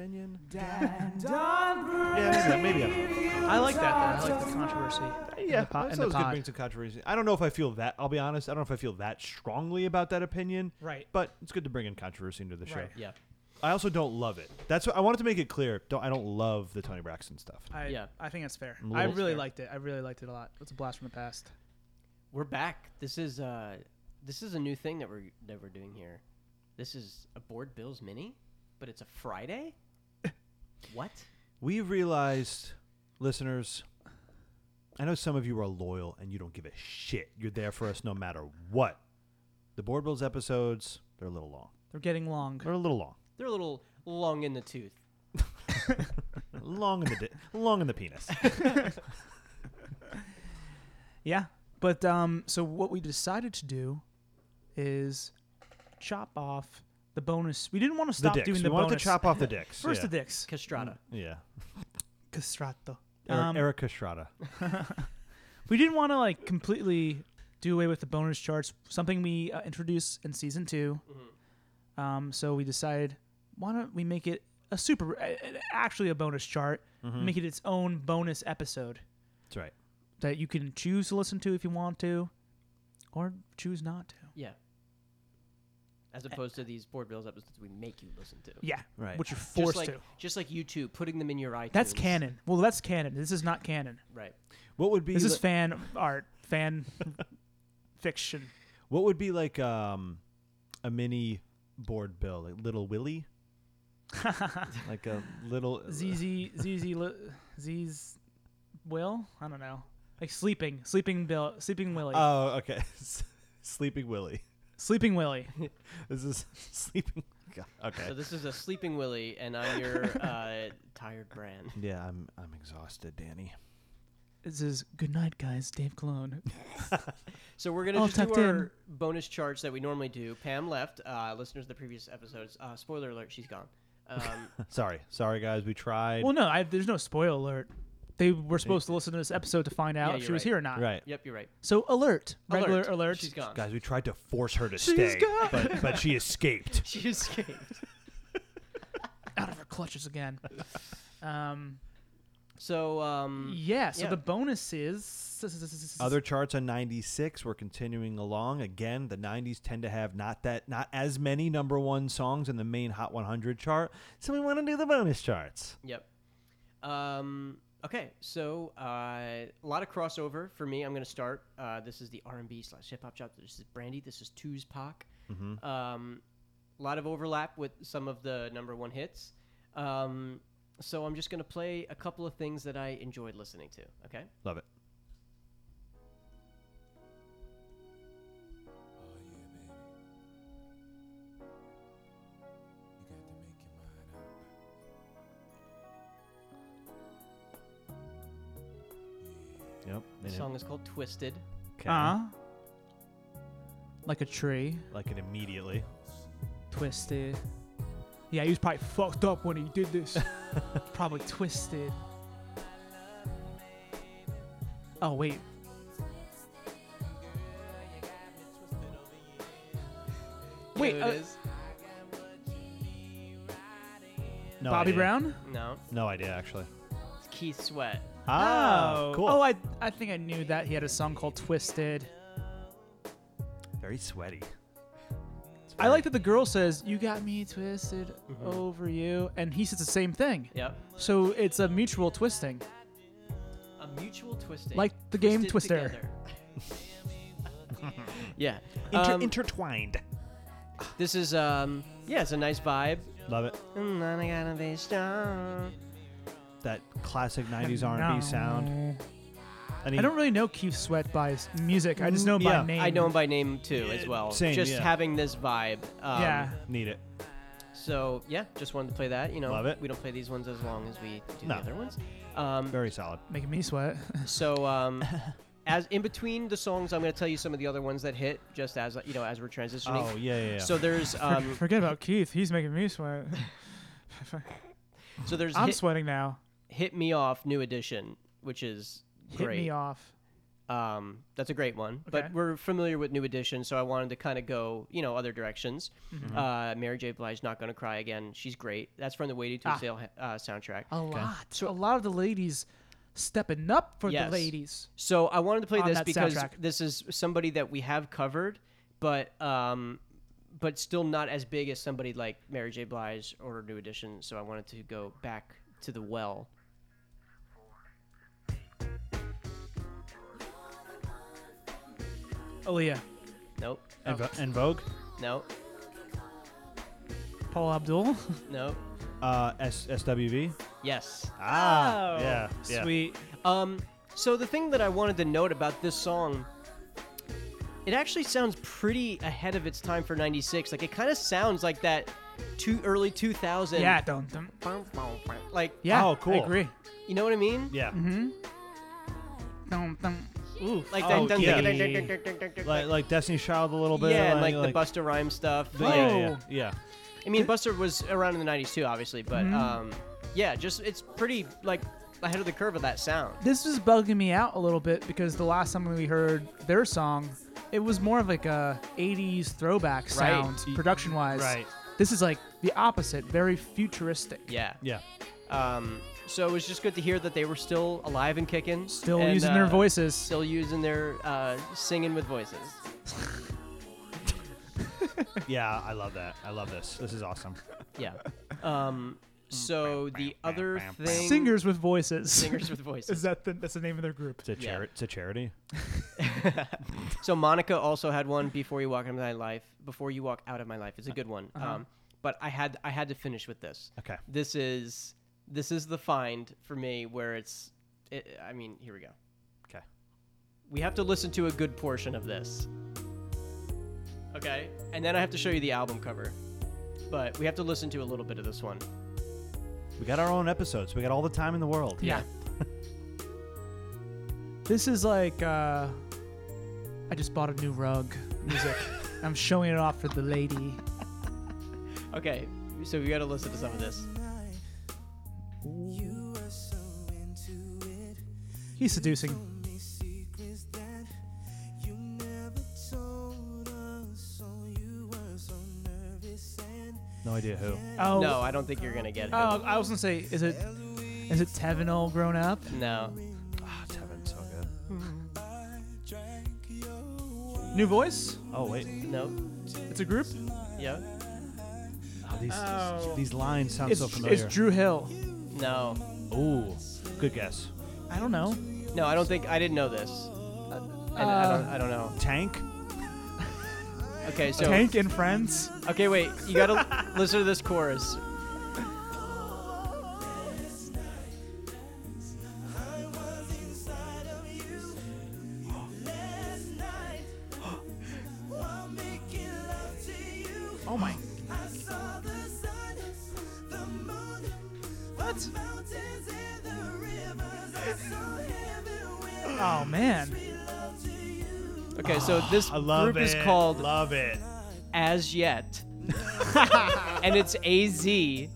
opinion. Dan Don Yeah, this is a- maybe a, I like that. Though. I like the controversy. yeah. the po- that's always in the good to pod. bring some controversy. I don't know if I feel that. I'll be honest. I don't know if I feel that strongly about that opinion. Right. But it's good to bring in controversy into the show. Right. Yeah. I also don't love it. That's what I wanted to make it clear. Don't I don't love the Tony Braxton stuff. I, Yeah. I think that's fair. I'm a I little really scared. liked it. I really liked it a lot. It's a blast from the past. We're back. This is uh this is a new thing that we're that we're doing here. This is a board bills mini, but it's a Friday? what? We realized, listeners, I know some of you are loyal and you don't give a shit. You're there for us no matter what. The Board Bills episodes, they're a little long. They're getting long. They're a little long. They're a little long in the tooth. long in the di- long in the penis. Yeah. But um, so what we decided to do is chop off the bonus. We didn't want to The stop dicks. doing we the wanted bonus. to chop off the dicks. First yeah. the dicks. Castrata. Yeah. Castrato. Eric, Um, Erica Estrada. we didn't want to like completely do away with the bonus charts something we uh, introduced in season 2 um, so we decided why don't we make it a super uh, uh, actually a bonus chart make it its own bonus episode That's right. that you can choose to listen to if you want to or choose not to Yeah. As opposed to these board bills episodes we make you listen to. yeah Right. which you're Just forced like, to Just like you two putting them in your iTunes. that's canon well that's canon this is not canon Right. What would be this is li- fan art fan fiction what would be like um a mini board bill, like Little Willy, like a little ZZ ZZ li- Z's Will? I don't know. Like sleeping, sleeping Bill, sleeping Willie, Uh, Oh, okay. Sleeping Willy. sleeping Willie. This is sleeping. God, Okay. So this is a sleeping Willy and I'm your uh, tired brand. yeah, I'm I'm exhausted, Danny. This is good night, guys. Dave Cologne. So we're gonna All just do tucked our in. bonus charge that we normally do. Pam left. Uh, listeners of the previous episodes. Uh, spoiler alert: she's gone. Um, Sorry, sorry guys. We tried. Well, no, I, there's no spoil alert. They were supposed to listen to this episode to find out Yeah, if she you're was right. here or not. right, yep, you're right. So alert, regular alert. She's gone. guys. We tried to force her to stay, gone. but but she escaped. She escaped. Out of her clutches again. um, So um, yeah. So Yeah. the bonus is Other charts on 96. We're continuing along. Again, the 90s tend to have not that not as many number one songs in the main Hot 100 chart. So we want to do the bonus charts. yep. Um, okay, so uh, a lot of crossover for me. I'm gonna start. Uh, this is the R&B slash hip hop chart. This is Brandy. This is Two's Pac. Um, a lot of overlap with some of the number one hits. Um, so I'm just gonna play a couple of things that I enjoyed listening to. Okay. Love it. Oh yeah, baby. You got to make your mind up. Yep. The song is called Twisted. Okay. Uh, like a tree Like it immediately. twisted. Yeah, he was probably fucked up when he did this. probably twisted. Oh wait. Wait, Who it uh, is? No Bobby idea. Brown? No, No idea, actually. it's Keith Sweat. Ah, cool. Oh, I I think I knew that he had a song called Twisted. Very sweaty. It's I very- like that the girl says, "You got me twisted Mm-hmm. over you," and he says the same thing. Yep. So it's a mutual twisting. A mutual twisting. Like the game Twisted Twister. Together. yeah. Inter- Um, intertwined. this is um yeah, it's a nice vibe. Love it. Mm, I gotta be strong. That classic 90s R&B sound. And he- I don't really know Keith Sweat by s- music. I just know him Yeah. by name. I know him by name too as well. same, just yeah. having this vibe. Um, yeah. need it. So yeah, just wanted to play that. You know, Love it. we don't play these ones as long as we do No. the other ones. Um, Very solid. Making me sweat. So, um, as in between the songs, I'm going to tell you some of the other ones that hit, just as you know, as we're transitioning. Oh, yeah, yeah, yeah. So there's, um, Forget about Keith. He's making me sweat. so there's I'm hit, sweating now. hit me off, New Edition, which is Hit great. me off. Um, that's a great one. Okay. But we're familiar with New Edition, so I wanted to kind of go, you know, other directions. Mm-hmm. Uh, Mary J. Blige, Not Gonna Cry Again. She's great. That's from the Waiting to Ah. Exhale uh, soundtrack. A lot. So a lot of the ladies stepping up for Yes. the ladies. So I wanted to play On this Ah, that because soundtrack. this is somebody that we have covered, but um, but still not as big as somebody like Mary J. Blige or New Edition. So I wanted to go back to the well. Aaliyah, Nope, And, Vo- and Vogue, nope, Paul Abdul. nope. uh, S- SWV. Yes. Ah, yeah, yeah. Oh, Sweet. Um, so the thing that I wanted to note about this song, it actually sounds pretty ahead of its time for '96. Like it kind of sounds like that, too early 2000. Yeah, don't. don't. Like Yeah. Oh, cool. I agree. you know what I mean? Yeah, Dun, dun. Ooh. Like Oh, dun- dun- yeah. dun- dun- dun- dun- dun- dun- dun- Mm-hmm. dun- like like Destiny's Child a little bit. yeah, and like, the Buster Rhyme stuff. the- Like, Oh. yeah, yeah, yeah. I mean, Buster was around in the '90s too, obviously, but Mm-hmm. um, yeah, just it's pretty like ahead of the curve of that sound. This was bugging me out a little bit because the last time we heard their song, it was more of like a 80s throwback sound Y- production wise. right. This is like the opposite, very futuristic. Yeah. yeah. Um, so it was just good to hear that they were still alive and kicking, Still and, using their uh, voices. still using their uh, singing with voices. Yeah, I love that. I love this. This is awesome. Yeah. Um, so the other thing, Singers with voices. singers with voices. is that the, that's the name of their group? It's a, Yeah. chari- it's a charity. So Monica also had one before you walk out of my life. Before you walk out of my life, it's a good one. Um, but I had I had to finish with this. Okay. This is this is the find for me where it's. It, I mean, here we go. Okay. We have to listen to a good portion of this. Okay, and then I have to show you the album cover, but we have to listen to a little bit of this one. We got our own episodes. We got all the time in the world. Yeah. this is like uh, I just bought a new rug music. I'm showing it off for the lady. Okay, so we got to listen to some of this. He's seducing. No idea who. Oh No, I don't think you're gonna get it. Oh, I was gonna say, is it is it Tevin all grown up? No. Ah, Tevin's so good. New voice? Oh wait. No. It's a group. Yeah. Oh, these Oh. these lines sound It's, so it's familiar. Drew Hill. No. Ooh, good guess. I don't know. No, I don't think I didn't know this. I, I, don't, I don't know. Tank. Okay, so Tank and Friends. okay, wait. You gotta listen to this chorus. Oh my. What? Oh man. Okay, so this I love group it. is called Love it. As Yet, and it's A Z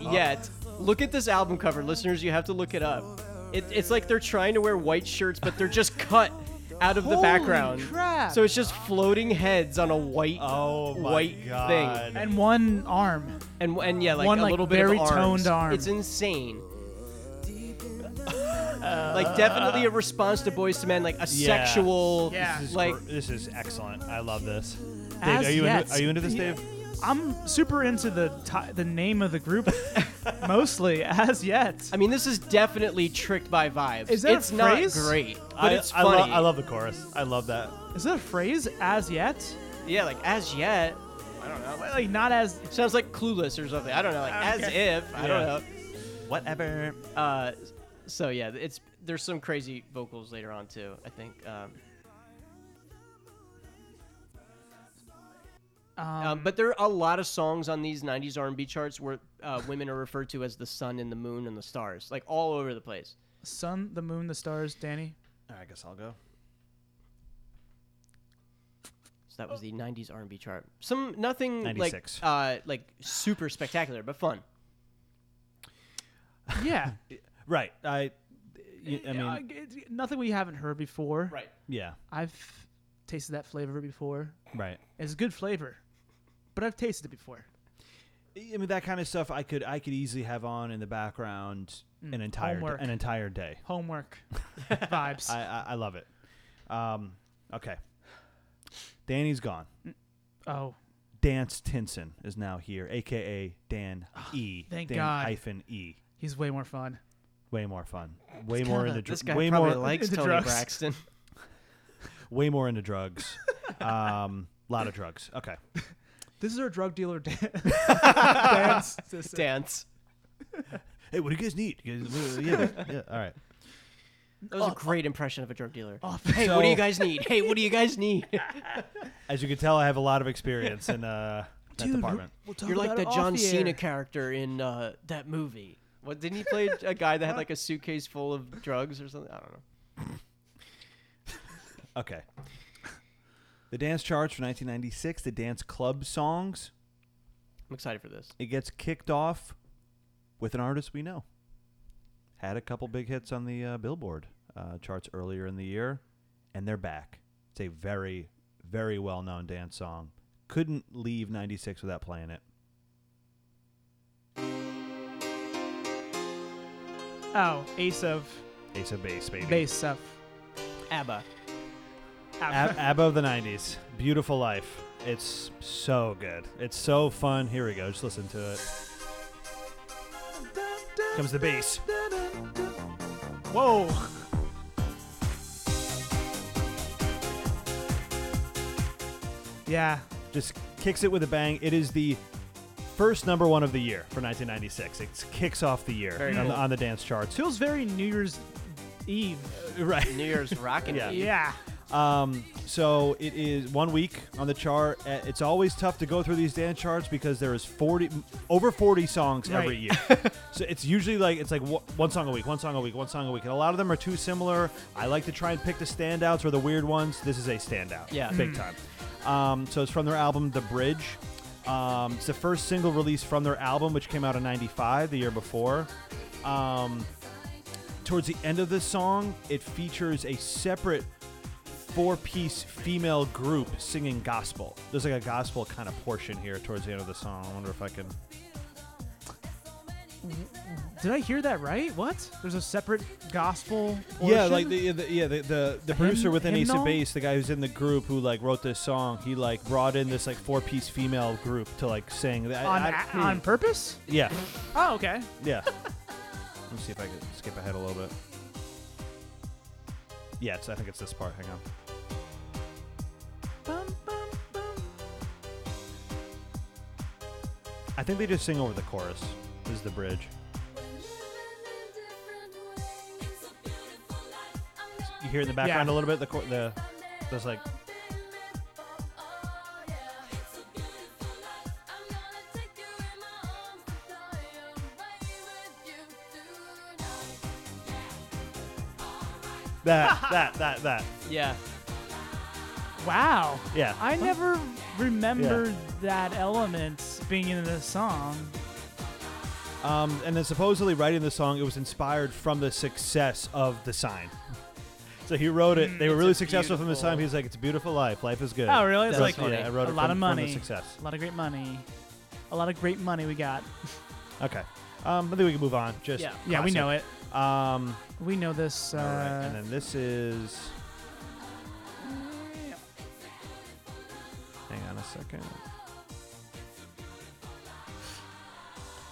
Yet. Look at this album cover, listeners. You have to look it up. It, it's like they're trying to wear white shirts, but they're just cut out of the Holy background. crap. So it's just floating heads on a white, Oh my white God. thing, And one arm. and and yeah, like One, a like, little bit very of arms. toned arm. It's insane. like definitely a response to Boys to Men, like a Yeah. sexual, Yeah. This is like gr- this is excellent. I love this. Dave, As are you yet. into, are you into this, Yeah. Dave? I'm super into the ti the name of the group, mostly as yet. I mean, this is definitely tricked by vibes. Is that a it's not phrase? great, but I, it's I lo- funny. I love the chorus. I love that. Is that a phrase? As yet? yeah, like as yet, I don't know. Like not as. Sounds like clueless or something. I don't know. Like as if, I don't Yeah. know. Whatever. Uh, so yeah, it's there's some crazy vocals later on too. I think. Um, Um, um, but there are a lot of songs on these '90s R&B charts where uh, women are referred to as the sun and the moon and the stars, like all over the place. sun, the moon, the stars. Danny. I guess I'll go. So that was the '90s R&B chart. Some nothing 96. like uh, like super spectacular, but fun. Yeah. Right. I. y- Eh, I uh, mean, it's nothing we haven't heard before. Right. yeah, I've tasted that flavor before. right. It's good flavor, but I've tasted it before. I mean, that kind of stuff I could I could easily have on in the background Mm, an entire homework. an entire day. Homework vibes. I I, I love it. Um, okay, Danny's gone. oh, Dance Tinson is now here, aka Dan E. thank Dan God. Hyphen E. he's way more fun. Way more fun. Way more into This dr- guy way probably more likes into Tony drugs. Braxton. way more into drugs. um, lot of drugs. Okay. This is our drug dealer dan- dance. Dance. Hey, what do you guys need? You guys- uh, yeah, yeah, all right. That was a great impression of a drug dealer. Off. Hey, what do you guys need? Hey, what do Oh, you guys need? As you can tell, I have a lot of experience in uh, that Dude, department. we'll talk You're like about the it off John the Cena air. character in uh, that movie. What didn't he play a guy that had like a suitcase full of drugs or something? I don't know. Okay. The dance charts for 1996, the dance club songs. I'm excited for this. It gets kicked off with an artist we know. Had a couple big hits on the uh, Billboard uh, charts earlier in the year, and they're back. It's a very, very well known dance song. Couldn't leave 96 without playing it. Oh, Ace of Ace of Base, baby. Base stuff. ABBA. Ab- ABBA of the 90s. Beautiful Life. It's so good. It's so fun. Here we go. Just listen to it. Comes the bass. Whoa. Yeah. Just kicks it with a bang. It is the first number one of the year for 1996. It kicks off the year Very on, cool. the, on the dance charts. Feels very New Year's Eve. Right. New Year's Rockin' Yeah. Eve. Yeah. Um, so it is one week on the chart. Uh, It's always tough to go through these dance charts because there is forty over forty songs every Right. year. so it's usually like it's like wo- one song a week, one song a week, one song a week, and a lot of them are too similar. I like to try and pick the standouts or the weird ones. This is a standout, Yeah. big time. Um, so it's from their album The Bridge. Um, it's the first single release from their album, which came out in '95, the year before. Um, towards the end of the song, it features a separate four-piece female group singing gospel. There's like a gospel kind of portion here towards the end of the song. I wonder if I can. Did I hear that right? What? There's a separate gospel. Yeah, portion? like the, the yeah the the, the producer hymn- within Ace of hymnal? Base, the guy who's in the group who like wrote this song, he like brought in this like four-piece female group to like sing. I- on I- hmm. a- on purpose. yeah, Oh, okay. yeah. Let me see if I can skip ahead a little bit. Yeah, it's, I think it's this part. Hang on. Bum, bum, bum. I think they just sing over the chorus. This is the bridge. You hear in the background Yeah. a little bit the chor- the there's like that that that that. Yeah. Wow. Yeah. I never remembered that element being in the song. Um, and then supposedly writing the song, it was inspired from the success of The Sign. So he wrote Hmm, it. They were it's really a successful from The Sign. beautiful- He's like, "It's a beautiful life. Life is good." Oh, really? It's So, like yeah, I wrote a it lot from- of money. From the success. A lot of great money. A lot of great money we got. Okay. Um, I think we can move on. Just Yeah. Yeah, we know it. it. Um, We know this. Uh, all right. And then this is. Hang on a second.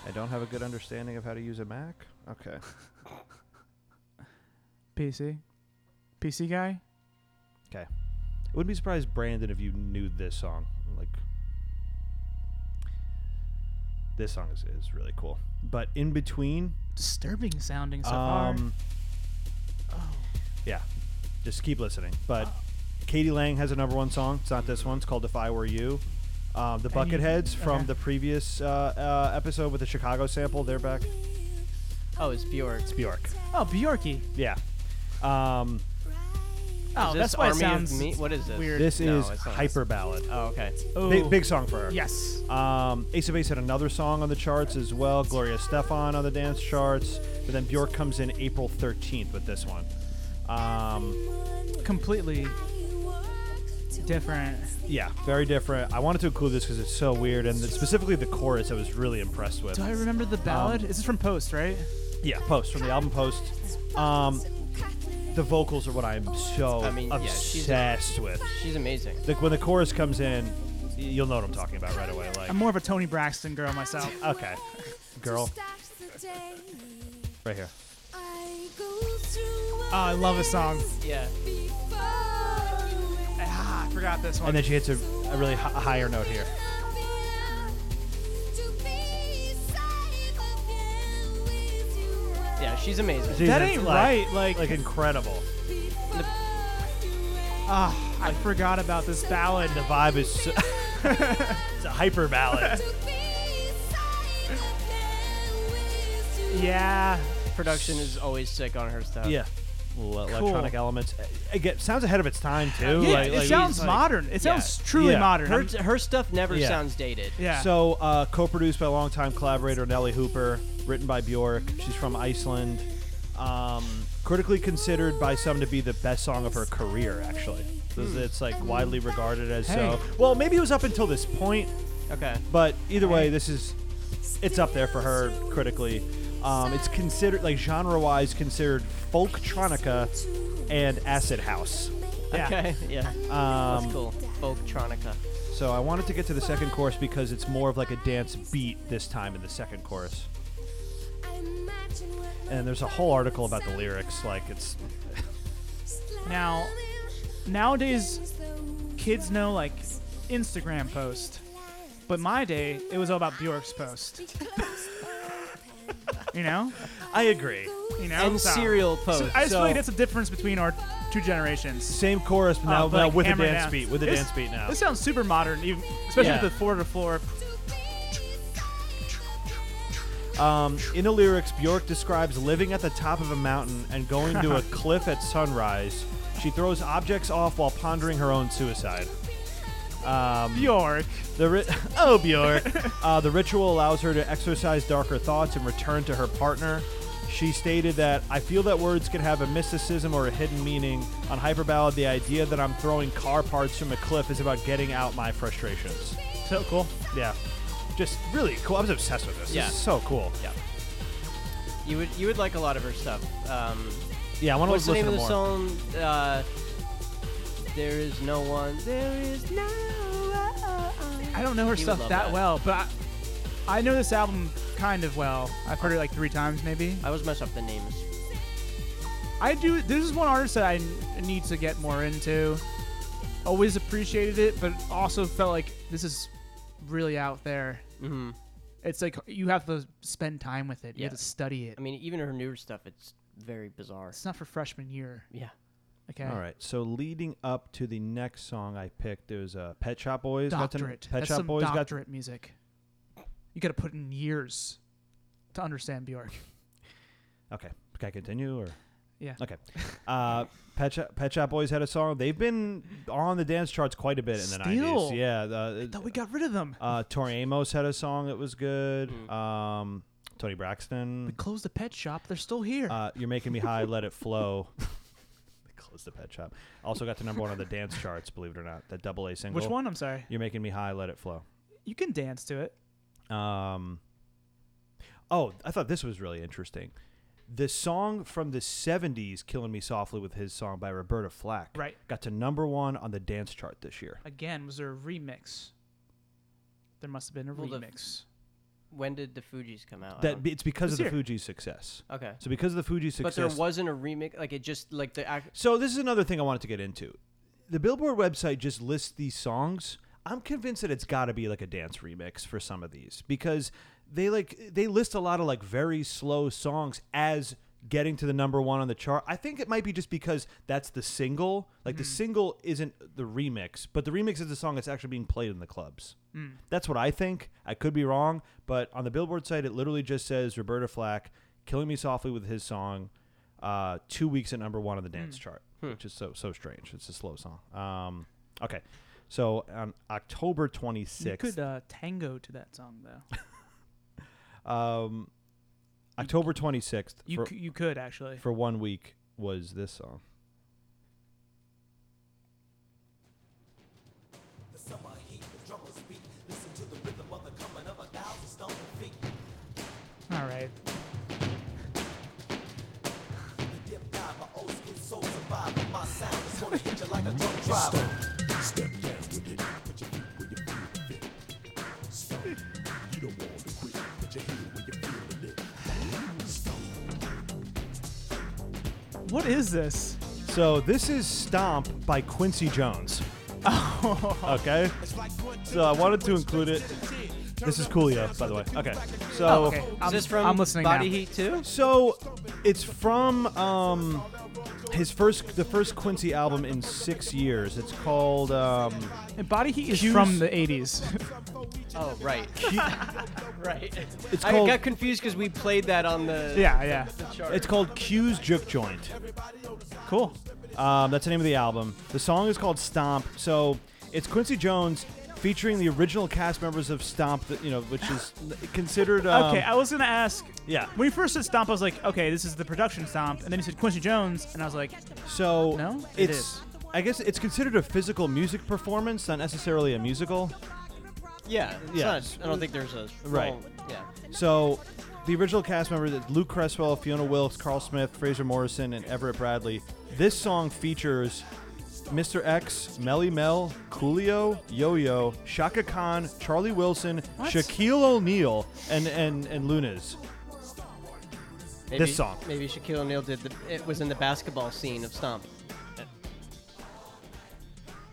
I don't have a good understanding of how to use a Mac. Okay. PC. PC guy? I wouldn't be surprised, Brandon, if you knew this song. Like, this song is, is really cool. But in between, Disturbing sounding so um, far. Oh. yeah, just keep listening. But Oh. Katie Lang has a number one song. It's not this one. It's called "If I Were You." Um, the And you- Bucketheads from okay. the previous uh, uh, episode with the Chicago sample. They're back. Oh, it's Bjork. It's Bjork. Oh, Bjorky. Yeah. Um, Oh, this that's why it Army of sounds Me? What is this? weird. This No, is it's not. hyper ballad. Oh, okay. Oh, Big, big song for her. yes. Um, Ace of Base had another song on the charts as well. Gloria Stefan on the dance charts. But then Bjork comes in April 13th with this one. Um, Completely different. yeah, very different. I wanted to include this because it's so weird, and specifically the chorus, I was really impressed with. Do I remember the ballad? is this from Post, right? Yeah, Post from the album Post. Um, the vocals are what I'm so I mean, yeah, she's- obsessed with. She's amazing. Like when the chorus comes in, y- you'll know what I'm talking about right away. Like, I'm more of a Tony Braxton girl myself. okay, girl, right here. Oh, I love this song. Yeah. Ah, I forgot this one. And then she hits a, a really hi- a higher note here. Yeah, she's amazing. Jeez, That it's ain't like- right, like- like incredible. Ah, I forgot about this ballad. The vibe is so, it's a hyper ballad. Yeah. Production is always sick on her stuff. yeah, Well, electronic elements. Again, sounds ahead of its time too. Yeah, like- it like- sounds like- modern. It sounds truly Yeah. modern. Her I'm- her stuff never Yeah. sounds dated. yeah. So, uh, co-produced by longtime collaborator Nellie Hooper, written by Bjork. She's from Iceland. Um, critically considered by some to be the best song of her career, actually. This- It's like widely regarded as so. Hey. Well, maybe it was up until this point, Okay. but either way, this is it's up there for her critically. Um, it's considered like genre-wise considered folktronica and acid house. yeah. Okay. Yeah. Um, That's cool. Folktronica. So I wanted to get to the second chorus because it's more of like a dance beat this time in the second chorus. And there's a whole article about the lyrics, like it's Now, nowadays, kids know like Instagram post, but my day it was all about Bjork's post. you know, I agree. you know. And so- serial so post. I just so- feel like that's a difference between our two generations. Same chorus but now, Uh, but, now like, with a hammered dance down. beat. With a This- dance beat now. This sounds super modern, even, especially Yeah. with the floor to floor. Um, in the lyrics, Bjork describes living at the top of a mountain and going to a cliff at sunrise. She throws objects off while pondering her own suicide. Um, Bjork. The ri- oh Bjork. uh, the ritual allows her to exercise darker thoughts and return to her partner. She stated that I feel that words can have a mysticism or a hidden meaning. On Hyperballad, the idea that I'm throwing car parts from a cliff is about getting out my frustrations. So cool. Yeah, just really cool. I was obsessed with this. Yeah. This is so cool. Yeah. You would you would like a lot of her stuff. Um, Yeah, I want to what's the listen name to of the more. song? Uh, there is no one. There is no. One. I don't know her He would stuff that, love that. well, but I, I know this album kind of well. I've heard it like three times, maybe. I always mess up the names. I do. This is one artist that I n- need to get more into. Always appreciated it, but also felt like this is really out there. Mm-hmm. hmm It's like you have to spend time with it. You Yeah. have to study it. I mean, even her newer stuff, it's very bizarre. It's not for freshman year. Yeah. Okay. All right. So leading up to the next song I picked, it was uh, Pet Shop Boys. Got Doctorate. to, Pet That's Shop some Boys got doctorate music. You got to put in years to understand Bjork. Okay. Can I continue or? Yeah. Okay. Uh, Pet, Shop, Pet Shop Boys had a song. They've been on the dance charts quite a bit in the Still. 90s. Yeah. The, Thought we got rid of them. uh, Tori Amos had a song that was good. Um, Tony Braxton. We closed the pet shop. They're still here. Uh, You're Making Me High, Let It Flow. they closed the pet shop. Also got to number one on the dance charts, believe it or not. That double A single. Which one? I'm sorry. You're Making Me High, Let It Flow. You can dance to it. Um, oh, I thought this was really interesting. The song from the 70s, Killing Me Softly, with his song by Roberta Flack, Right. got to number one on the dance chart this year. Again, was there a remix? There must have been a Well, the- remix. When did the Fugees come out? I That don't- It's because of Uh-huh. This the year. Fuji's success. okay. So, because of the Fuji's But success. there wasn't a remix. Like it just like the act- so, this is another thing I wanted to get into. The Billboard website just lists these songs. I'm convinced that it's got to be like a dance remix for some of these because they like they list a lot of like very slow songs as getting to the number one on the chart. I think it might be just because that's the single. Like the single isn't the remix, but the remix is the song that's actually being played in the clubs. That's what I think. I could be wrong, but on the Billboard site, it literally just says Roberta Flack killing me softly with his song. uh, two weeks at number one on the Hmm. dance chart, which is so so strange. It's a slow song. Um, okay, so on October twenty You sixth, could uh, tango to that song though. um, October twenty sixth You for, c- you could actually. for one week was this song. The summer heat, the drummers beat. Listen to the rhythm of the coming of a thousand stone feet. All right. The dip dive, my old school soul survivor. My sound is gonna hit you like a drunk driver. Step down with it. Put your feet where you feel the fit. Stop. You don't want to quit. Put your heel where you feel the lick. What is this? So this is Stomp by Quincy Jones. okay. So I wanted to include it. This is Coolio, by the way. Okay. So Oh, okay. I'm, Is this from I'm listening Body now. Heat too? so it's from um his first the first Quincy album in 6 years. It's called um And Body Heat is Cues- from the 80s. Oh, right, right. It's I called- got confused because we played that on the yeah, yeah. the chart. it's called Q's Juke Joint. Cool. Um, that's the name of the album. The song is called Stomp. So it's Quincy Jones featuring the original cast members of Stomp, that, you know, which is considered um, okay, I was gonna ask. yeah. When you first said stomp, I was like, okay, this is the production stomp, and then you said Quincy Jones, and I was like, So No? It it's is. I guess it's considered a physical music performance, not necessarily a musical. yeah, it's Yeah. not- I don't think there's a Right. wrong- Yeah. So the original cast members it's Luke Cresswell, Fiona Wilkes, Carl Smith, Fraser Morrison, and Everett Bradley. This song features Mr. X, Melly Mel, Coolio, Yo Yo, Shaka Khan, Charlie Wilson, Shaquille O'Neal, and and and Lunas. Maybe- song. Maybe Shaquille O'Neal did the. It was in the basketball scene of Stomp.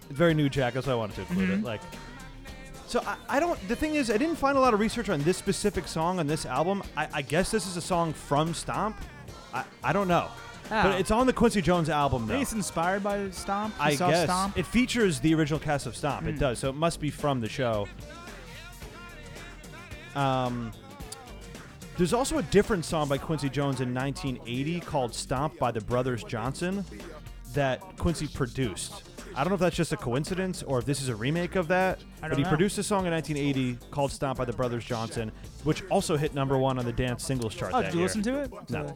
It's very new Jack, that's why I wanted to include it. Like so I, I don't the thing is I didn't find a lot of research on this specific song on this album. I, I guess this is a song from Stomp. I, I don't know. Oh. But it's on the Quincy Jones album though. maybe it's inspired by stomp. You I saw guess stomp. Hmm. it features the original cast of Stomp. It does, so it must be from the show. Um, there's also a different song by Quincy Jones in 1980 called "Stomp" by the Brothers Johnson that Quincy produced. I don't know if that's just a coincidence or if this is a remake of that, I but don't he know. produced a song in 1980 called "Stomp" by the Brothers Johnson, which also hit number one on the dance singles chart. oh, that did you year. listen to it? No. no.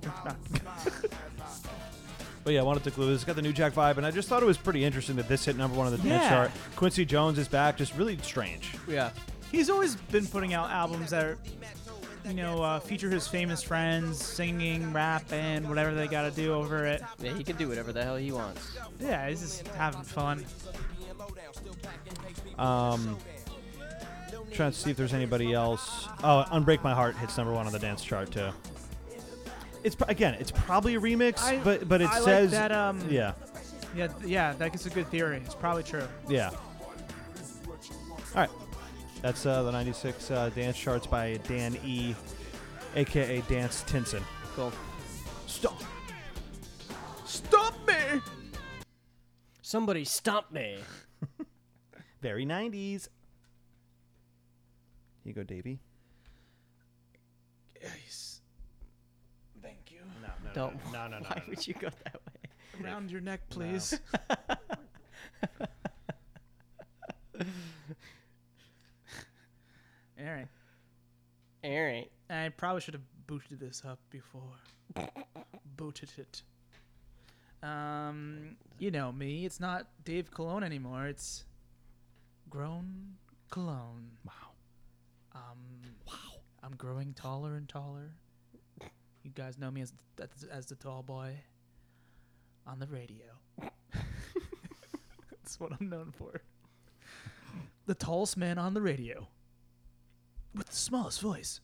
But yeah, I wanted to glue this. It's got the new Jack vibe, and I just thought it was pretty interesting that this hit number one on the dance Yeah. chart. Quincy Jones is back, just really strange. Yeah. He's always been putting out albums that are, you know, uh, feature his famous friends singing, rap, and whatever they got to do over it. Yeah, he can do whatever the hell he wants. Yeah, he's just having fun. Um, trying to see if there's anybody else. Oh, Unbreak My Heart hits number one on the dance chart too. It's pro- again, it's probably a remix, I- but but it I like says that, um, yeah, Yeah, th- yeah, that is a good theory. It's probably true. yeah. All right, that's uh, the '96 uh, dance charts by Dan E, aka Dance Tinson. Cool. Stop. Stop me! Somebody stomp me. Very 90s. Here you go, Davey. Thank you. No, no, Don't. no, no, no, Why would you go that way? Around your neck, please. All right. All right. I probably should have booted this up before. booted it. Um, you know me. It's not Dave Cologne anymore. It's grown Cologne. Wow. Um. Wow. I'm growing taller and taller. You guys know me as as, as the tall boy on the radio. That's what I'm known for. The tallest man on the radio with the smallest voice.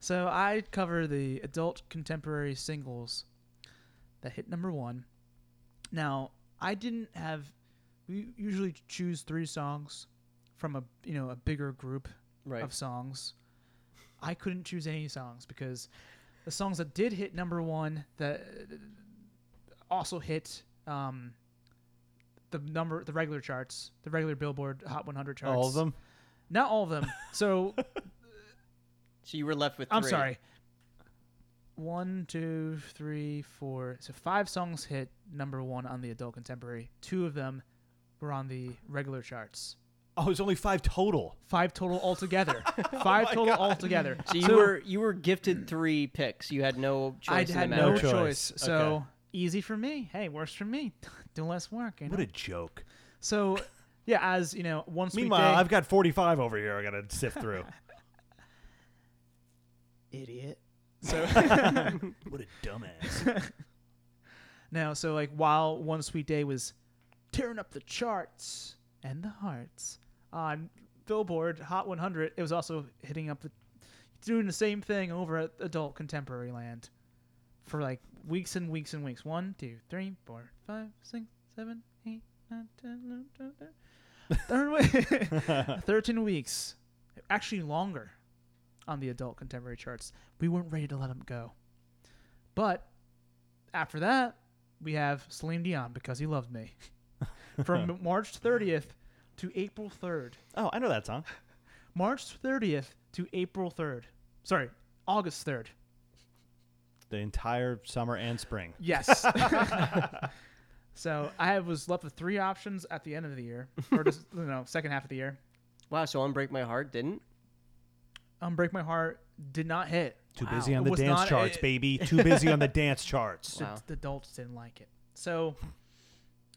So I cover the adult contemporary singles that hit number one. Now I didn't have. We usually choose three songs from a you know a bigger group Right. of songs. I couldn't choose any songs because the songs that did hit number one that also hit um, the number the regular charts, the regular Billboard Hot 100 charts. All of them? Not all of them. So So you were left with. I'm three. sorry. one, two, three, four. So five songs hit number one on the adult contemporary. Two of them were on the regular charts. Oh, it's only five total. Five total altogether. Five total altogether. So you were you were gifted three picks. You had no I choice. in had the no matter. choice. choice. So Okay. easy for me. Hey, works for me. Do less work. You know? What a joke. so yeah, as you know, one sweet Meanwhile, day, I've got 45 over here I got to sift through. idiot. what a dumbass. No, so like while One Sweet Day was tearing up the charts and the hearts on Billboard Hot 100, it was also hitting up the doing the same thing over at Adult Contemporary Land for like weeks and weeks and weeks. One, two, three, four, five, six, seven, eight, nine, ten, eleven, twelve, thirteen Thirteen- thirteen weeks, actually longer, on the Adult Contemporary charts. We weren't ready to let them go, but after that, we have Celine Dion because he loved me from March 30th to April 3rd. oh, I know that song. March 30th to April 3rd. Sorry, August 3rd. The entire summer and spring. Yes. so I was left with three options at the end of the year, or just, you know, second half of the year. Wow. So on Break My Heart didn't. Um, Break My Heart did not hit. Too busy on It the was dance not- charts, it- baby. Too busy on the dance charts. So Wow. the adults didn't like it. So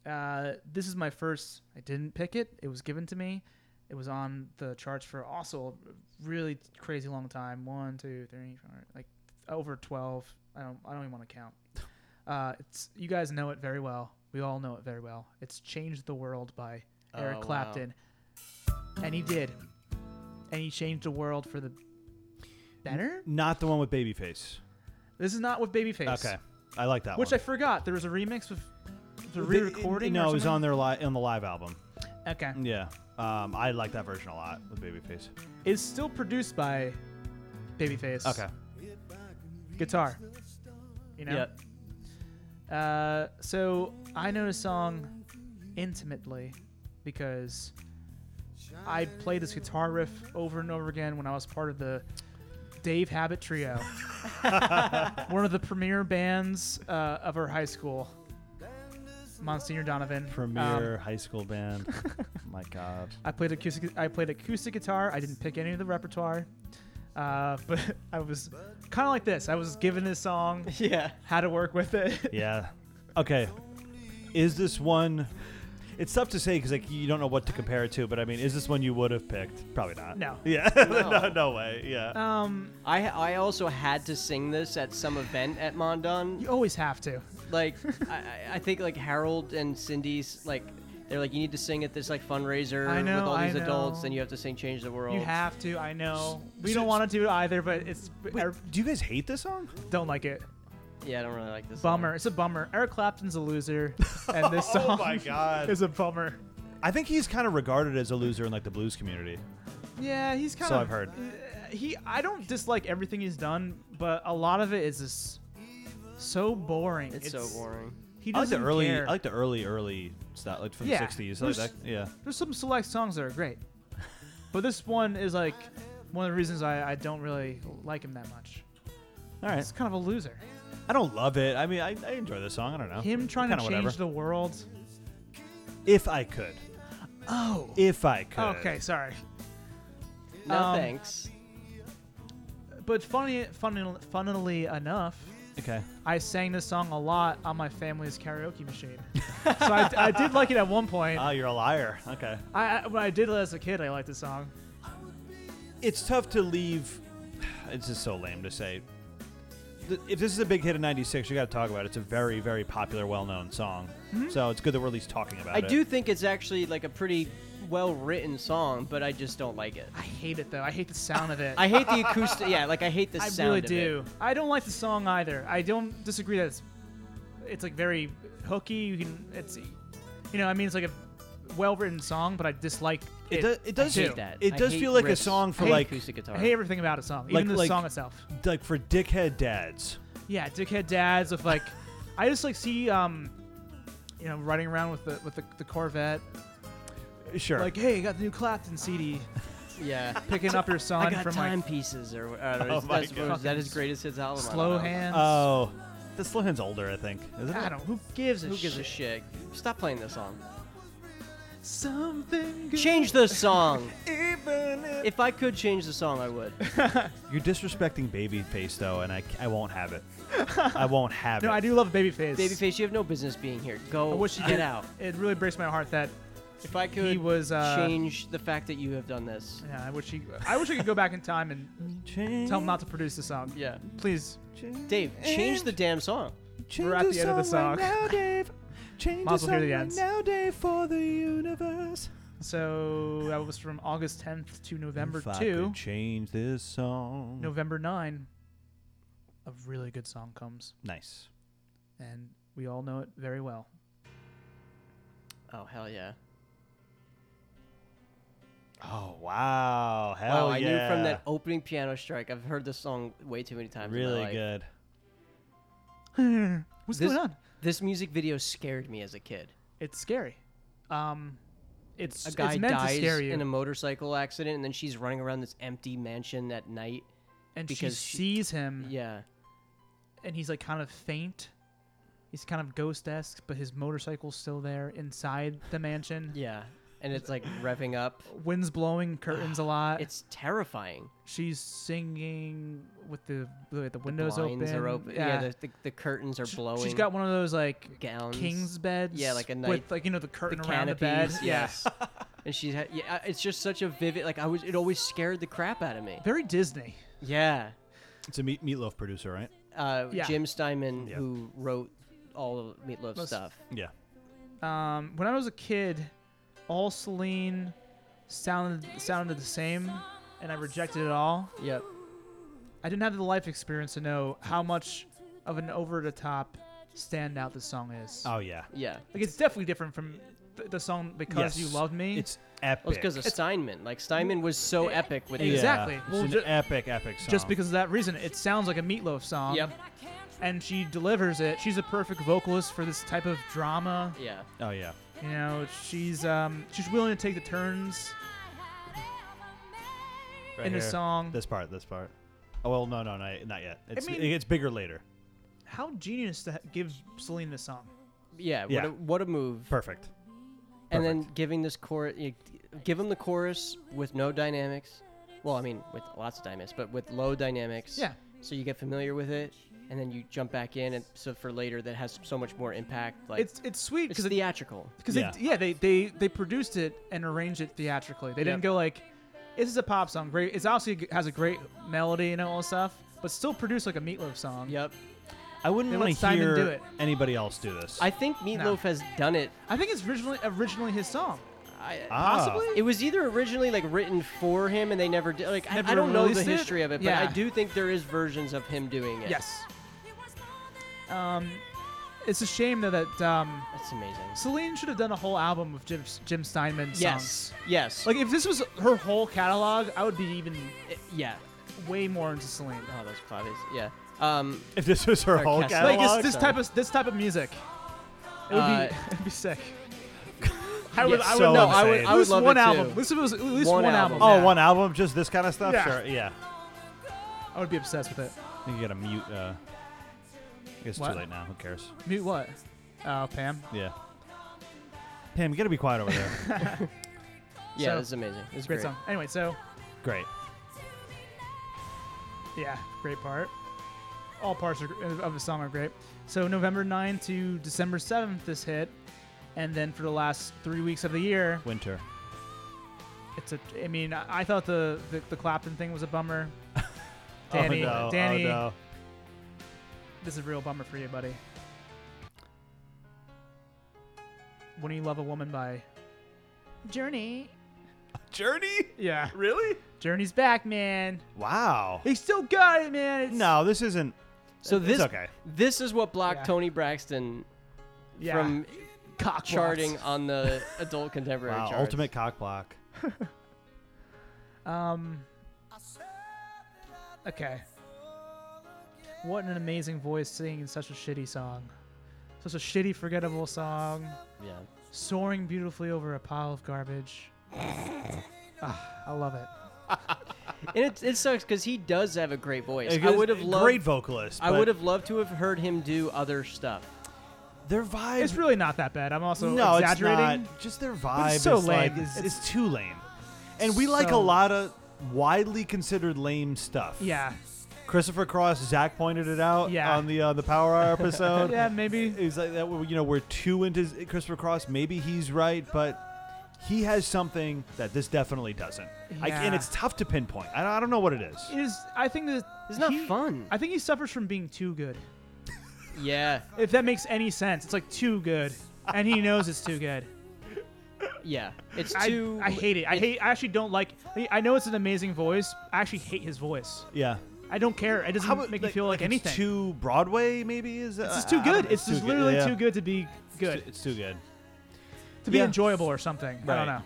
uh, this is my first. I didn't pick it. It was given to me. It was on the charts for also a really crazy long time. One, two, three, four, like over twelve. I don't. I don't even want to count. Uh, it's you guys know it very well. We all know it very well. It's "Changed the World" by Eric Oh, wow. Clapton, and he did, and he changed the world for the better. Not the one with Babyface. This is not with Babyface. Okay. I like that Which I one. forgot. There was a remix with the They- re-recording. No, or it was on something? their li- on the live album. Okay, Yeah. Um, I like that version a lot with Babyface. it's still produced by Babyface. Okay. guitar. You know. Uh, so I know the song intimately because I played this guitar riff over and over again when I was part of the Dave Habit Trio, one of the premier bands uh, of our high school. Monsignor Donovan. Um, Premier high school band. My God. I played acoustic. I played acoustic guitar. I didn't pick any of the repertoire, uh, but I was kind of like this. I was given this song, Yeah. how to work with it. Yeah. Okay. Is this one? It's tough to say because like you don't know what to compare it to. But I mean, is this one you would have picked? Probably not. No. Yeah. No. no, way. Yeah. Um, I I also had to sing this at some event at Mondon. you always have to. Like I, I- I think like Harold and Cindy's like they're like you need to sing at this like fundraiser I know, with all I these adults know. and you have to sing Change the World. You have to. I know. We don't want to do it either, but it's Wait, Eric- do you guys hate this song? don't like it. Yeah, I don't really like this. song. Bummer. It's a bummer. Eric Clapton's a loser, and this Oh song God. is a bummer. I think he's kind of regarded as a loser in like the blues community. Yeah, he's kind So of. I've heard. He. I don't dislike everything he's done, but a lot of it is just so boring. It's, so boring. He I like doesn't the early. care. I like the early, early stuff, like from the Yeah. '60s. I like There's- that. Yeah. There's some select songs that are great, but this one is like one of the reasons I, I don't really like him that much. All right. It's kind of a loser. I don't love it. I mean, I, I enjoy this song. I don't know. Him trying to Kinda change whatever. the world. If I could. Oh. If I could. Okay, sorry. No Um, thanks. But funny, funny, funnily enough, Okay. I sang this song a lot on my family's karaoke machine. so I, I did like it at one point. Oh, you're a liar. Okay. I, I when I did it as a kid, I liked the song. it's tough to leave. It's just so lame to say. Th- If this is a big hit in '96, you got to talk about it. It's a very, very popular, well-known song. Mm-hmm. So it's good that we're at least talking about I it. do think it's actually like a pretty well written song, but I just don't like it. I hate it though. I hate the sound of it. I hate the acoustic. Yeah, like I hate the I sound. really of do. I don't like the song either. I don't disagree that it's, it's like very hooky. You can, it's, you know, I mean, it's like a well-written song, but I dislike it. It, does. It does. I hate feel- that. It I does hate feel like a riffs. song it. for I hate like, acoustic guitar. I hate everything about a song, even Like- the like- song itself. like for dickhead dads. Yeah, dickhead dads with like, I just like see, um, you know, riding around with the with the, the Corvette. Sure. Like, hey, I got the new Clapton CD. Yeah. picking up your I son got from like timepieces or uh, Oh that's, my that's what was- that is greatest hits album. I don't slow know. hands. Uh, Oh, the slow hand's older, I think. Is it? I don't. Who gives a Who shit? gives a shit? Stop playing this song. Something. Good. Change the song. Even if- if I could change the song, I would. You're disrespecting Babyface though, and I, c- I won't have it. I won't have no, it. I do love Babyface. Babyface, you have no business being here. Go. I wish you get did. out. It really breaks my heart that If I could he was. Uh, change the fact that you have done this. Yeah, I wish he. I wish I could go back in time and Change, tell him not to produce the song. Yeah. Please. change- Dave, change the damn song. change we're at the end of the song right song. now, Dave. Change Might as well hear the right ends. now, Dave, for the universe. So that was from August 10th to November If I 2. could change this song. November 9, a really good song comes, Nice. and we all know it very well. Oh hell yeah. Oh wow! Hell Wow, I yeah! knew from that opening piano strike. I've heard this song way too many times. in my Really life. good. What's This- going on? This music video scared me as a kid. It's scary. Um, it's A guy it's meant to dies scare you, in a motorcycle accident, and then she's running around this empty mansion at night. and she because she- sees him, Yeah. and he's like kind of faint. He's kind of ghost-esque, but his motorcycle's still there inside the mansion. Yeah. And it's like revving up. Wind's blowing curtains a lot. It's terrifying. She's singing with the with the The windows blinds open. are open. Yeah, the, the, the curtains are Sh- blowing. She's got one of those like gowns. king's beds. Yeah, like a with night- like you know the curtain the around the bed. canopies, Yeah. yes. and she's ha- yeah. uh, It's just such a vivid. Like I was. It always scared the crap out of me. very Disney. Yeah. It's a meat, meatloaf producer, right? Uh, Yeah. Jim Steinman, Yeah. who wrote all of Meatloaf Most- stuff. Yeah. Um, when I was a kid, all Celine sounded sounded the same, and I rejected it all. Yep. I didn't have the life experience to know how much of an over the top standout the song is. Oh yeah. Yeah. Like it's definitely different from th- the song "Because You Yes. Love Me." It's epic. Well, it's because of Steinman. Like Steinman was so epic with Yeah. his. Exactly. It's Well, an ju- epic, epic song. just because of that reason. It sounds like a Meatloaf song. Yep. And she delivers it. She's a perfect vocalist for this type of drama. Yeah. Oh yeah. You know, she's um, she's willing to take the turns Right in the here. song. This part. This part. Oh well, no, no, no, not yet. It's, mean- it gets bigger later. How genius to ha- give Celine this song. Yeah. What, Yeah. A, what a move. Perfect. and then giving this chorus, give him the chorus with no dynamics. Well, I mean, with lots of dynamics, but with low dynamics. Yeah. So you get familiar with it, and then you jump back in, and so for later that has so much more impact. Like it's it's sweet it's because yeah. theatrical. yeah they they they produced it and arranged it theatrically. They didn't Yep. go like this is a pop song. Great, it's obviously has a great melody and all stuff, but still produced like a Meatloaf song. Yep. I wouldn't They want let to Simon hear do it. anybody else do this. I think Meatloaf has done it. I think it's originally originally his song. I, Ah. Possibly. It was either originally like written for him, and they never did. Like I, I Never don't know the released it? history of it, Yeah. but I do think there is versions of him doing it. Yes. Um, it's a shame though that um, That's amazing. Celine should have done a whole album of Jim, Jim Steinman songs. Yes. Yes. Like if this was her whole catalog, I would be even eh, Uh, yeah. way more into Celine. Oh, those clavies. Yeah. Um. if this was her Or whole Castle. Like catalog, this, this Catalog, so- type of this type of music. It would Uh, be it'd be sick. I would, Yes. I would So no, I insane. would, I at would least love one it album. At Too. least, it was, at least One one, album. album. oh, yeah. one album, just this kind of stuff. Yeah. Sure. Yeah. I would be obsessed with it. I think you gotta mute. Uh, I guess it's What? too late now. Who cares? Mute what? Oh, Pam. Yeah. Pam, you gotta be quiet over there. Yeah, So- this is amazing. This is Great great. song. Anyway, so Great. yeah, great part. All parts are, of the song are great. So November 9 to December 7th, this hit, and then for the last three weeks of the year, Winter. It's a. I mean, I I thought the the, the Clapton thing was a bummer. Danny, oh no. Danny, Oh no. this is a real bummer for you, buddy. When you love a woman by Journey. Journey. Yeah, Really? Journey's back, man. Wow. He still got it, man. It's, No, this isn't. So It's this okay. this is what blocked Yeah. Tony Braxton yeah. from cock charting on the adult contemporary Wow. charts. uh, Ultimate cock block. Um. Okay. What an amazing voice singing such a shitty song, such a shitty, forgettable song. Yeah. soaring beautifully over a pile of garbage. Ah, I love it. and it, it sucks because he does have a great voice. A I good- would have loved. great vocalist. I but would have loved to have heard him do other stuff. their vibe. It's really not that bad. I'm also no, it's exaggerating. not. Just their vibe. it's so is lame. Like, it's, It's- it's too lame. And we like a so- lot of widely considered lame stuff. Yeah, Christopher Cross, Zach pointed it out Yeah. on the uh, the Power Hour episode. yeah, maybe. He's like that. You know, we're too into Christopher Cross. Maybe he's right, but he has something that this definitely doesn't. Like, Yeah. and it's tough to pinpoint. I, I don't know what it is. Is I think that It's not he- fun. I think he suffers from being too good. Yeah, If that makes any sense, it's like too good, and he knows it's too good. yeah. It's I, too. I hate it. I hate. I actually don't like. I- I know it's an amazing voice. I actually hate his voice. Yeah. I don't care. It doesn't about- make me feel like, it's anything. Too Broadway, maybe is. uh, it's just too good. It's, just literally too good to be good, It's too good. to be yeah. enjoyable or something. I Right. don't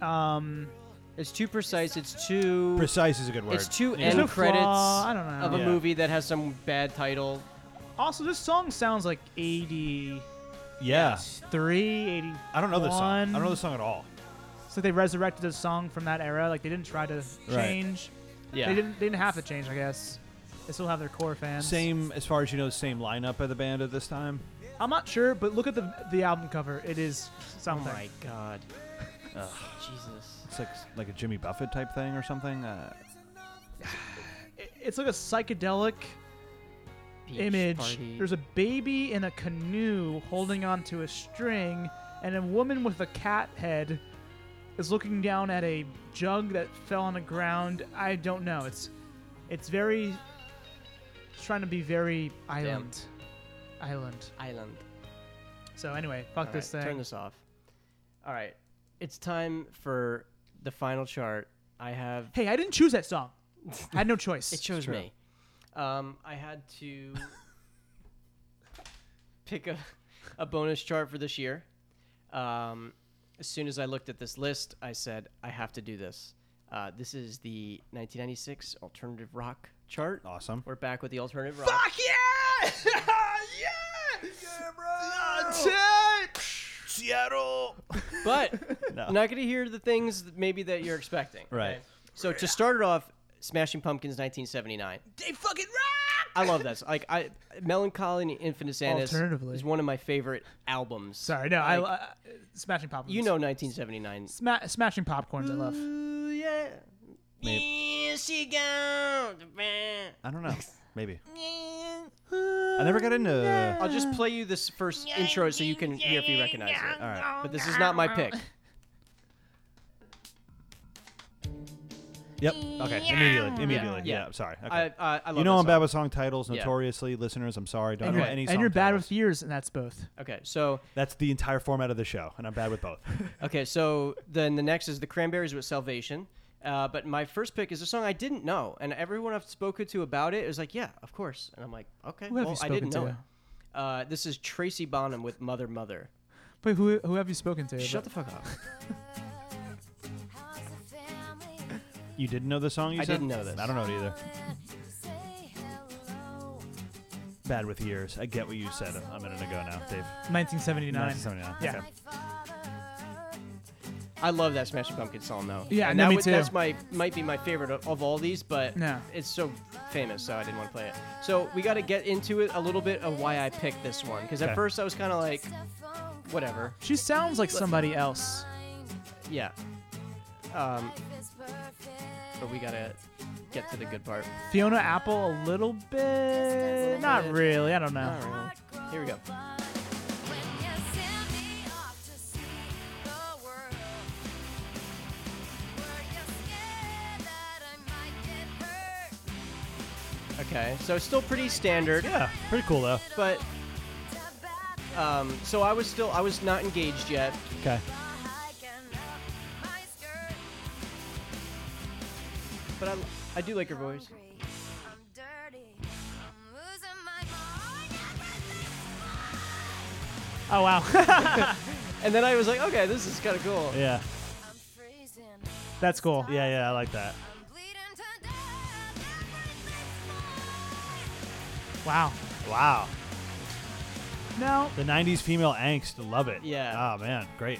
know. Um, It's too precise. It's too. Precise is a good word. It's too There's end no credits flaw, I don't know. of a Yeah. movie that has some bad title. also, this song sounds like 83, yeah. 80. I don't know this song. I don't know this song at all. So they resurrected a song from that era. Like they didn't try to change. Yeah. They didn't. They didn't have to change. I guess. They still have their core fans. Same as far as you know, same lineup of the band at this time. I'm not sure, but look at the the album cover. It is Oh something. my god. Oh, Jesus. It's like like a Jimmy Buffett type thing or something. Uh, It- It's like a psychedelic Beach image. party. There's a baby in a canoe holding onto a string, and a woman with a cat head is looking down at a jug that fell on the ground. I don't know. It's it's very it's trying to be very island. Island. island. So anyway, fuck All this right, Turn thing. this off. All right. It's time for the final chart. I have. Hey, I didn't choose that song. I had no choice. It chose me. Um, I had to pick a, a bonus chart for this year. Um, as soon as I looked at this list, I said, I have to do this. Uh, this is the 1996 alternative rock chart. awesome. We're back with the alternative rock. Fuck yeah! yeah! Seattle! But No. not going to hear the things that maybe that you're expecting. okay? Right. So to start it off, Smashing Pumpkins 1979. They fucking rock! I love this. Like I Melancholy and Infinite Sadness Alternatively. is one of my favorite albums. Sorry, no, I, I smashing popcorn. You know 1979. Sma- smashing popcorns. I love. Ooh, yeah. Maybe. Here she goes. I don't know. Maybe. I never got into. I'll just play you this first intro so you can hear if you recognize it. All right. But this is not my pick. Yep. Okay. Immediately. Immediately. Yeah. Yeah. Sorry. Okay. I, I, I love you know that I'm bad song. with song titles, Yeah. notoriously. Listeners, I'm sorry. Don't And, know you're, any and song you're bad titles. with years, and that's both. Okay, so That's the entire format of the show, and I'm bad with both. okay, so then the next is the Cranberries with Salvation. Uh, but my first pick is a song I didn't know, and everyone I've spoken to about it is like, "Yeah, of course," and I'm like, "Okay, Who have well, you I spoken didn't know to? it." Uh, this is Tracy Bonham with "Mother, Mother." Wait, who, who have you spoken to? Shut the fuck up! you didn't know the song? You I said? didn't know this. I don't know it either. Bad with years. I get what you said a a minute ago now, Dave. 1979. 1979. Yeah. Okay. I love that Smashing Pumpkins song though. Yeah, and no, that me would- too. That's my might be my favorite of, of all these, but No. it's so famous, so I didn't want to play it. So we got to get into it a little bit of why I picked this one, because Okay. at first I was kind of like, whatever, She sounds like somebody else. yeah. Um, but we gotta get to the good part. Fiona Apple, a little bit. Not really. I don't know. All right, here we go. Okay, so it's still pretty standard, Yeah. Pretty cool, though. but um, so I was still I was not engaged yet. Okay. But I, I do like her voice. Oh wow, And then I was like, okay, this is kind of cool. Yeah. that's cool. Yeah, yeah. I like that. Wow. Wow. No. The 90s female angst. Love it. Yeah. Oh, man. Great.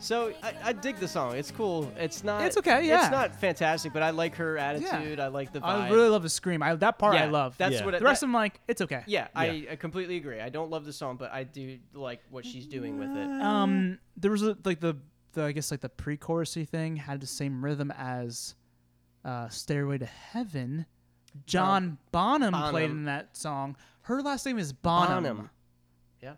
So I, I dig the song. It's cool. It's not. It's okay, yeah. It's not fantastic, but I like her attitude. I like the vibe. I really love the scream. I that part I yeah, love. That's Yeah. what. I- the rest that- of them like it's okay. Yeah, I, I completely agree. I don't love the song, but I do like what she's doing with it. Um, there was a, like the, the I guess like the pre-chorusy thing had the same rhythm as uh, "Stairway to Heaven." John Bonham, played Oh. Bonham. in that song. Her last name is Bonham. Bonham. Yeah.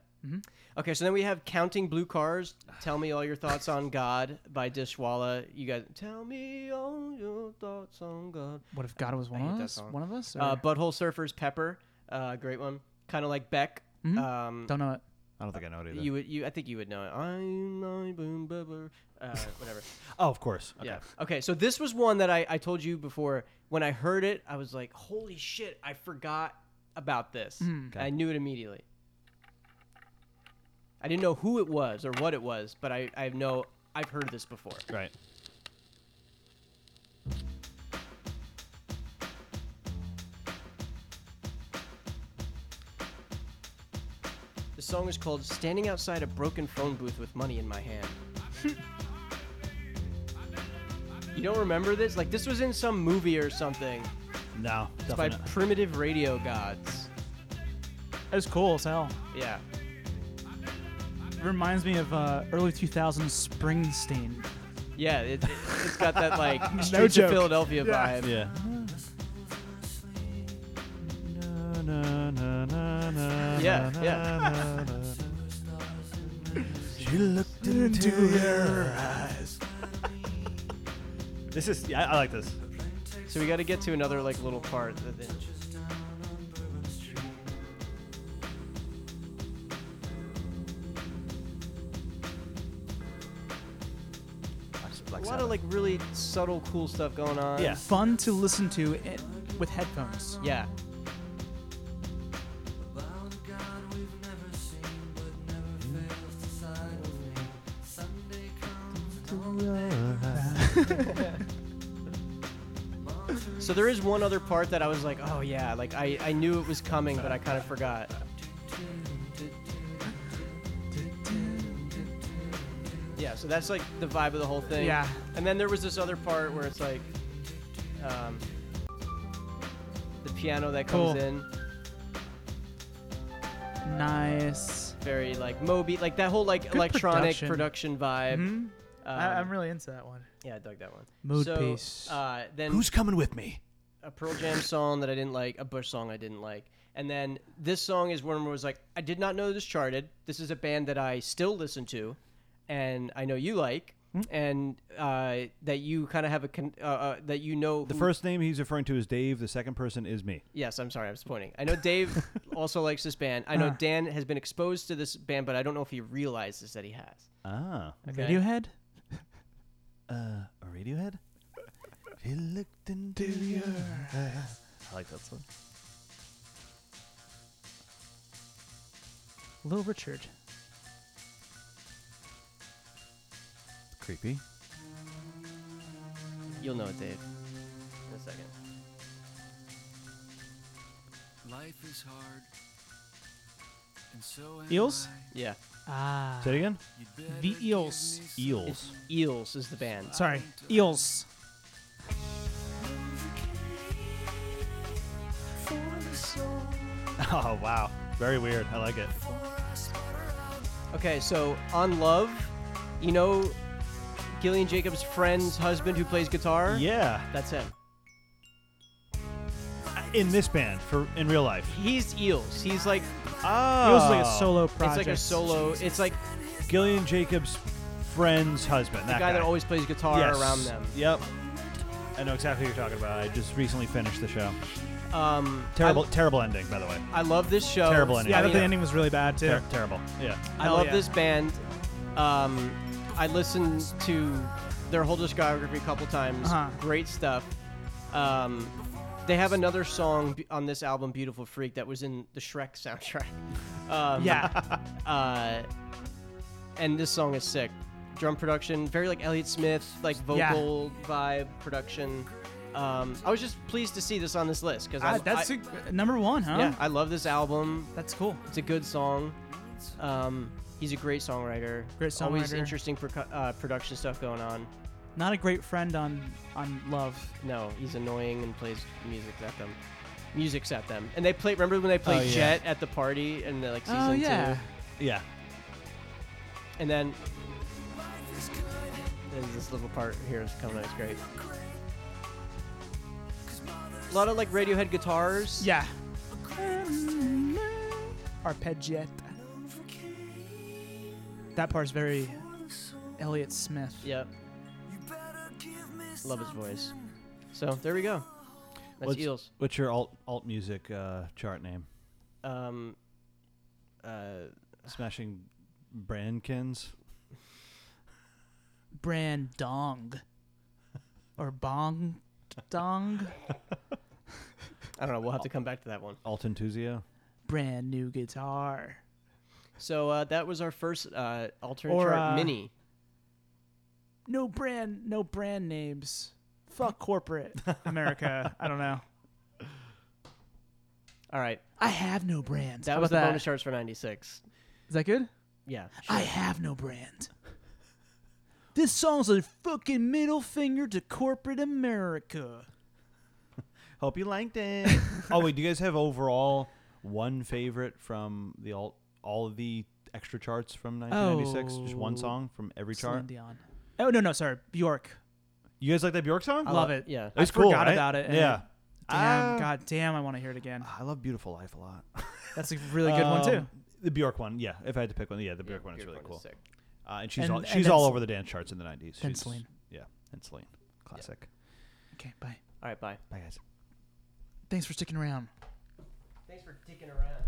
Okay, so then we have Counting Blue Cars. Tell me all your thoughts on God by Dishwalla. You guys, tell me all your thoughts on God. What if God was one hate of that us? song. One of us? or- Uh, Butthole Surfers Pepper, uh, great one. Kind of like Beck. Um, don't know it. I don't think I know it either. you would, you, I think you would know it. I'm a boom bubber, uh, whatever. oh, of course. Okay. Yeah. Okay. So this was one that I, I told you before. When I heard it, I was like, "Holy shit! I forgot about this." Mm-hmm. I knew it immediately. I didn't know who it was or what it was, but I I know I've heard this before. Right. The song is called "Standing Outside a Broken Phone Booth with Money in My Hand." you don't remember this? Like this was in some movie or something No, by definitely. not. primitive radio gods. It was cool as hell. Yeah. It reminds me of uh, early 2000s Springsteen. Yeah, it, it, it's got that like Streets joke. of Philadelphia Yeah. vibe. Yeah. Yeah, yeah. She looked into her eyes. This is. Yeah, I like this. So we got to get to another like little part. That then... A lot of like really subtle, cool stuff going on. Yeah. Fun to listen to it, with headphones. Yeah. So there is one other part that I was like, oh yeah, like I, I knew it was coming, but I kind of forgot. Yeah, so that's like the vibe of the whole thing. Yeah. And then there was this other part where it's like um, the piano that comes Cool. in, Nice. very like Moby, like that whole like electronic production, production. vibe. hmm I, Um, I'm really into that one. Yeah, I dug that one. Mood so, piece. Uh, then coming with me? a Pearl Jam song that I didn't like, a Bush song I didn't like, and then this song is one where I was like, I did not know this charted. This is a band that I still listen to, and I know you like, Hmm? and uh, that you kind of have a con- uh, uh, that you know The who- first name he's referring to is Dave. The second person is me. Yes, I'm sorry, I was pointing. I know Dave also likes this band. I know Dan has been exposed to this band, but I don't know if he realizes that he has. Ah, Okay. Radiohead? uh, a Radiohead. He looked into your eyes. I like that song. Little Richard. Creepy. You'll know it, Dave, in a second. Life is hard. And so am Eels? Yeah, Ah. Say it again. I. You'd better The give Eels. me some- Eels. Eels is the band. Sorry. Eels. Oh wow, very weird. I like it. Okay, so on Love, you know Gillian Jacobs' friend's husband who plays guitar? Yeah, That's him. in this band for in real life. He's Eels. He's like Oh, Eels is like a solo project. it's like a solo it's like Gillian Jacobs' friend's husband. the that guy, that always plays guitar Yes. around them. Yep. I know exactly what you're talking about. I just recently finished the show. Um Terrible, terrible ending, by the way. I, I love this show. Terrible ending. Yeah, I I, thought mean, the ending was really bad too. Ter- terrible. Yeah. I Hell love yeah. this band. Um I listened to their whole discography a couple times. Uh-huh. Great stuff. Um they have another song b- on this album, Beautiful Freak, that was in the Shrek soundtrack. Um, Yeah. uh, and this song is sick. Drum production, very like Elliott Smith, like Yeah. vocal vibe production. Um, I was just pleased to see this on this list because Ah, that's I, a- number one, huh? yeah, I love this album. That's cool. It's a good song. Um, He's a great songwriter. Great Always songwriter. interesting percu- uh, production stuff going on. Not a great friend on on love. No, he's annoying and plays music at them. Music's at them. And they play. Remember when they played Oh, yeah. Jet at the party and the, like season oh yeah. two? Yeah. And then there's this little part here is coming out. It's great. A lot of like Radiohead guitars. Yeah. Arpeggiate. That part's very Elliott Smith. Yep. Love his voice. So there we go. That's What's- Eels. What's your alt alt music uh, chart name? Um, uh, Smashing Brandkins. Brand Dong. Or Bong Dong. I don't know. We'll have to come back to that one. Alt Entuzio. Brand new guitar. So uh, that was our first uh, alternate Or, chart uh, mini. No brand no brand names. Fuck corporate America. I don't know. All right, I have no brand. that How was the about bonus charts for '96. Is that good? Yeah, I sure. have no brand. This song's a fucking middle finger to corporate America. Hope you liked it. oh wait, do you guys have overall one favorite from the alt all of the extra charts from 1996? Just one Oh. song from every Celine chart. Dion. Oh no no sorry Bjork. You guys like that Bjork song? I love li- it. Yeah, I It's cool, forgot right? about it, and- Yeah. Ah. Damn god damn I want to hear it again. I love Beautiful Life a lot. That's a really good one too. Um, The Bjork one, yeah. If I had to pick one, yeah, the Bjork one is Bjork really one cool. sick. Uh, and she's And- all and she's then all Sel- over the dance charts in the 90s. then She's- Celine. Yeah, and Celine. Classic. Okay bye. All right, bye. Bye guys. Thanks for sticking around. Thanks for dicking around.